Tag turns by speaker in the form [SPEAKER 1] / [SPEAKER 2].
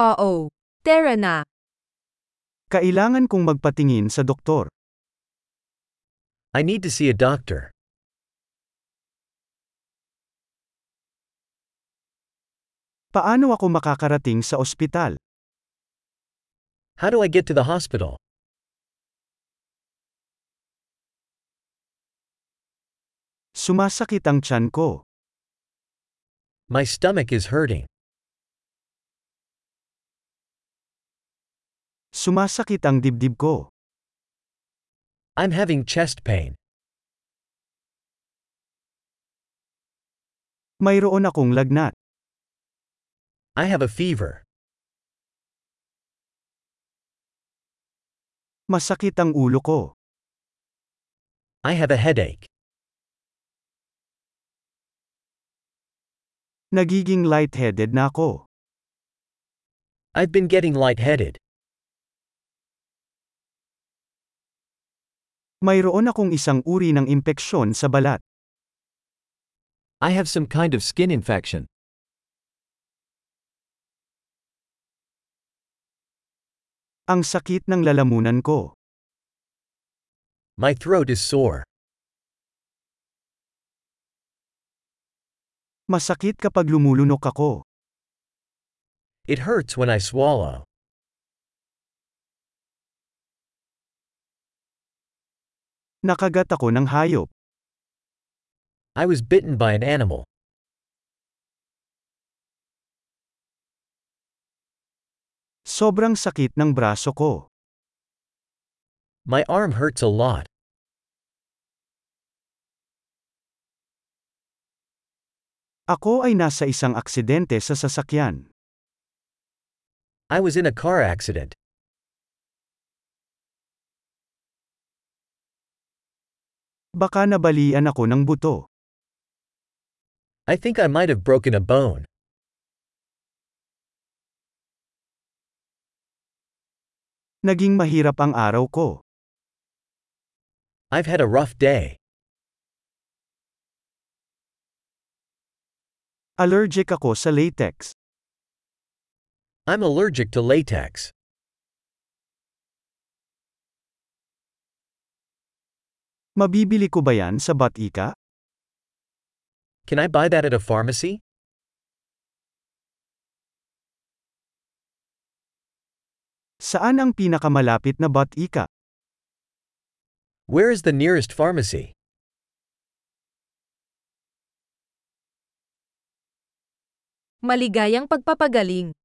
[SPEAKER 1] Oo. Tara na.
[SPEAKER 2] Kailangan kong magpatingin sa doktor.
[SPEAKER 3] I need to see a doctor.
[SPEAKER 2] Paano ako makakarating sa ospital?
[SPEAKER 3] How do I get to the hospital?
[SPEAKER 2] Sumasakit ang tiyan ko.
[SPEAKER 3] My stomach is hurting.
[SPEAKER 2] Sumasakit ang dibdib ko.
[SPEAKER 3] I'm having chest pain.
[SPEAKER 2] Mayroon akong lagnat.
[SPEAKER 3] I have a fever.
[SPEAKER 2] Masakit ang ulo ko.
[SPEAKER 3] I have a headache.
[SPEAKER 2] Nagiging lightheaded na ako.
[SPEAKER 3] I've been getting lightheaded.
[SPEAKER 2] Mayroon akong isang uri ng impeksyon sa balat.
[SPEAKER 3] I have some kind of skin infection.
[SPEAKER 2] Ang sakit ng lalamunan ko.
[SPEAKER 3] My throat is sore.
[SPEAKER 2] Masakit kapag lumulunok ako.
[SPEAKER 3] It hurts when I swallow.
[SPEAKER 2] Nakagat ako ng hayop.
[SPEAKER 3] I was bitten by an animal.
[SPEAKER 2] Sobrang sakit ng braso ko.
[SPEAKER 3] My arm hurts a lot.
[SPEAKER 2] Ako ay nasa isang aksidente sa sasakyan.
[SPEAKER 3] I was in a car accident.
[SPEAKER 2] Baka nabalian ako ng buto.
[SPEAKER 3] I think I might have broken a bone.
[SPEAKER 2] Naging mahirap ang araw ko.
[SPEAKER 3] I've had a rough day.
[SPEAKER 2] Allergic ako sa latex.
[SPEAKER 3] I'm allergic to latex.
[SPEAKER 2] Mabibili ko ba yan sa Batika?
[SPEAKER 3] Can I buy that at a pharmacy?
[SPEAKER 2] Saan ang pinakamalapit na Batika?
[SPEAKER 3] Where is the nearest pharmacy?
[SPEAKER 1] Maligayang pagpapagaling.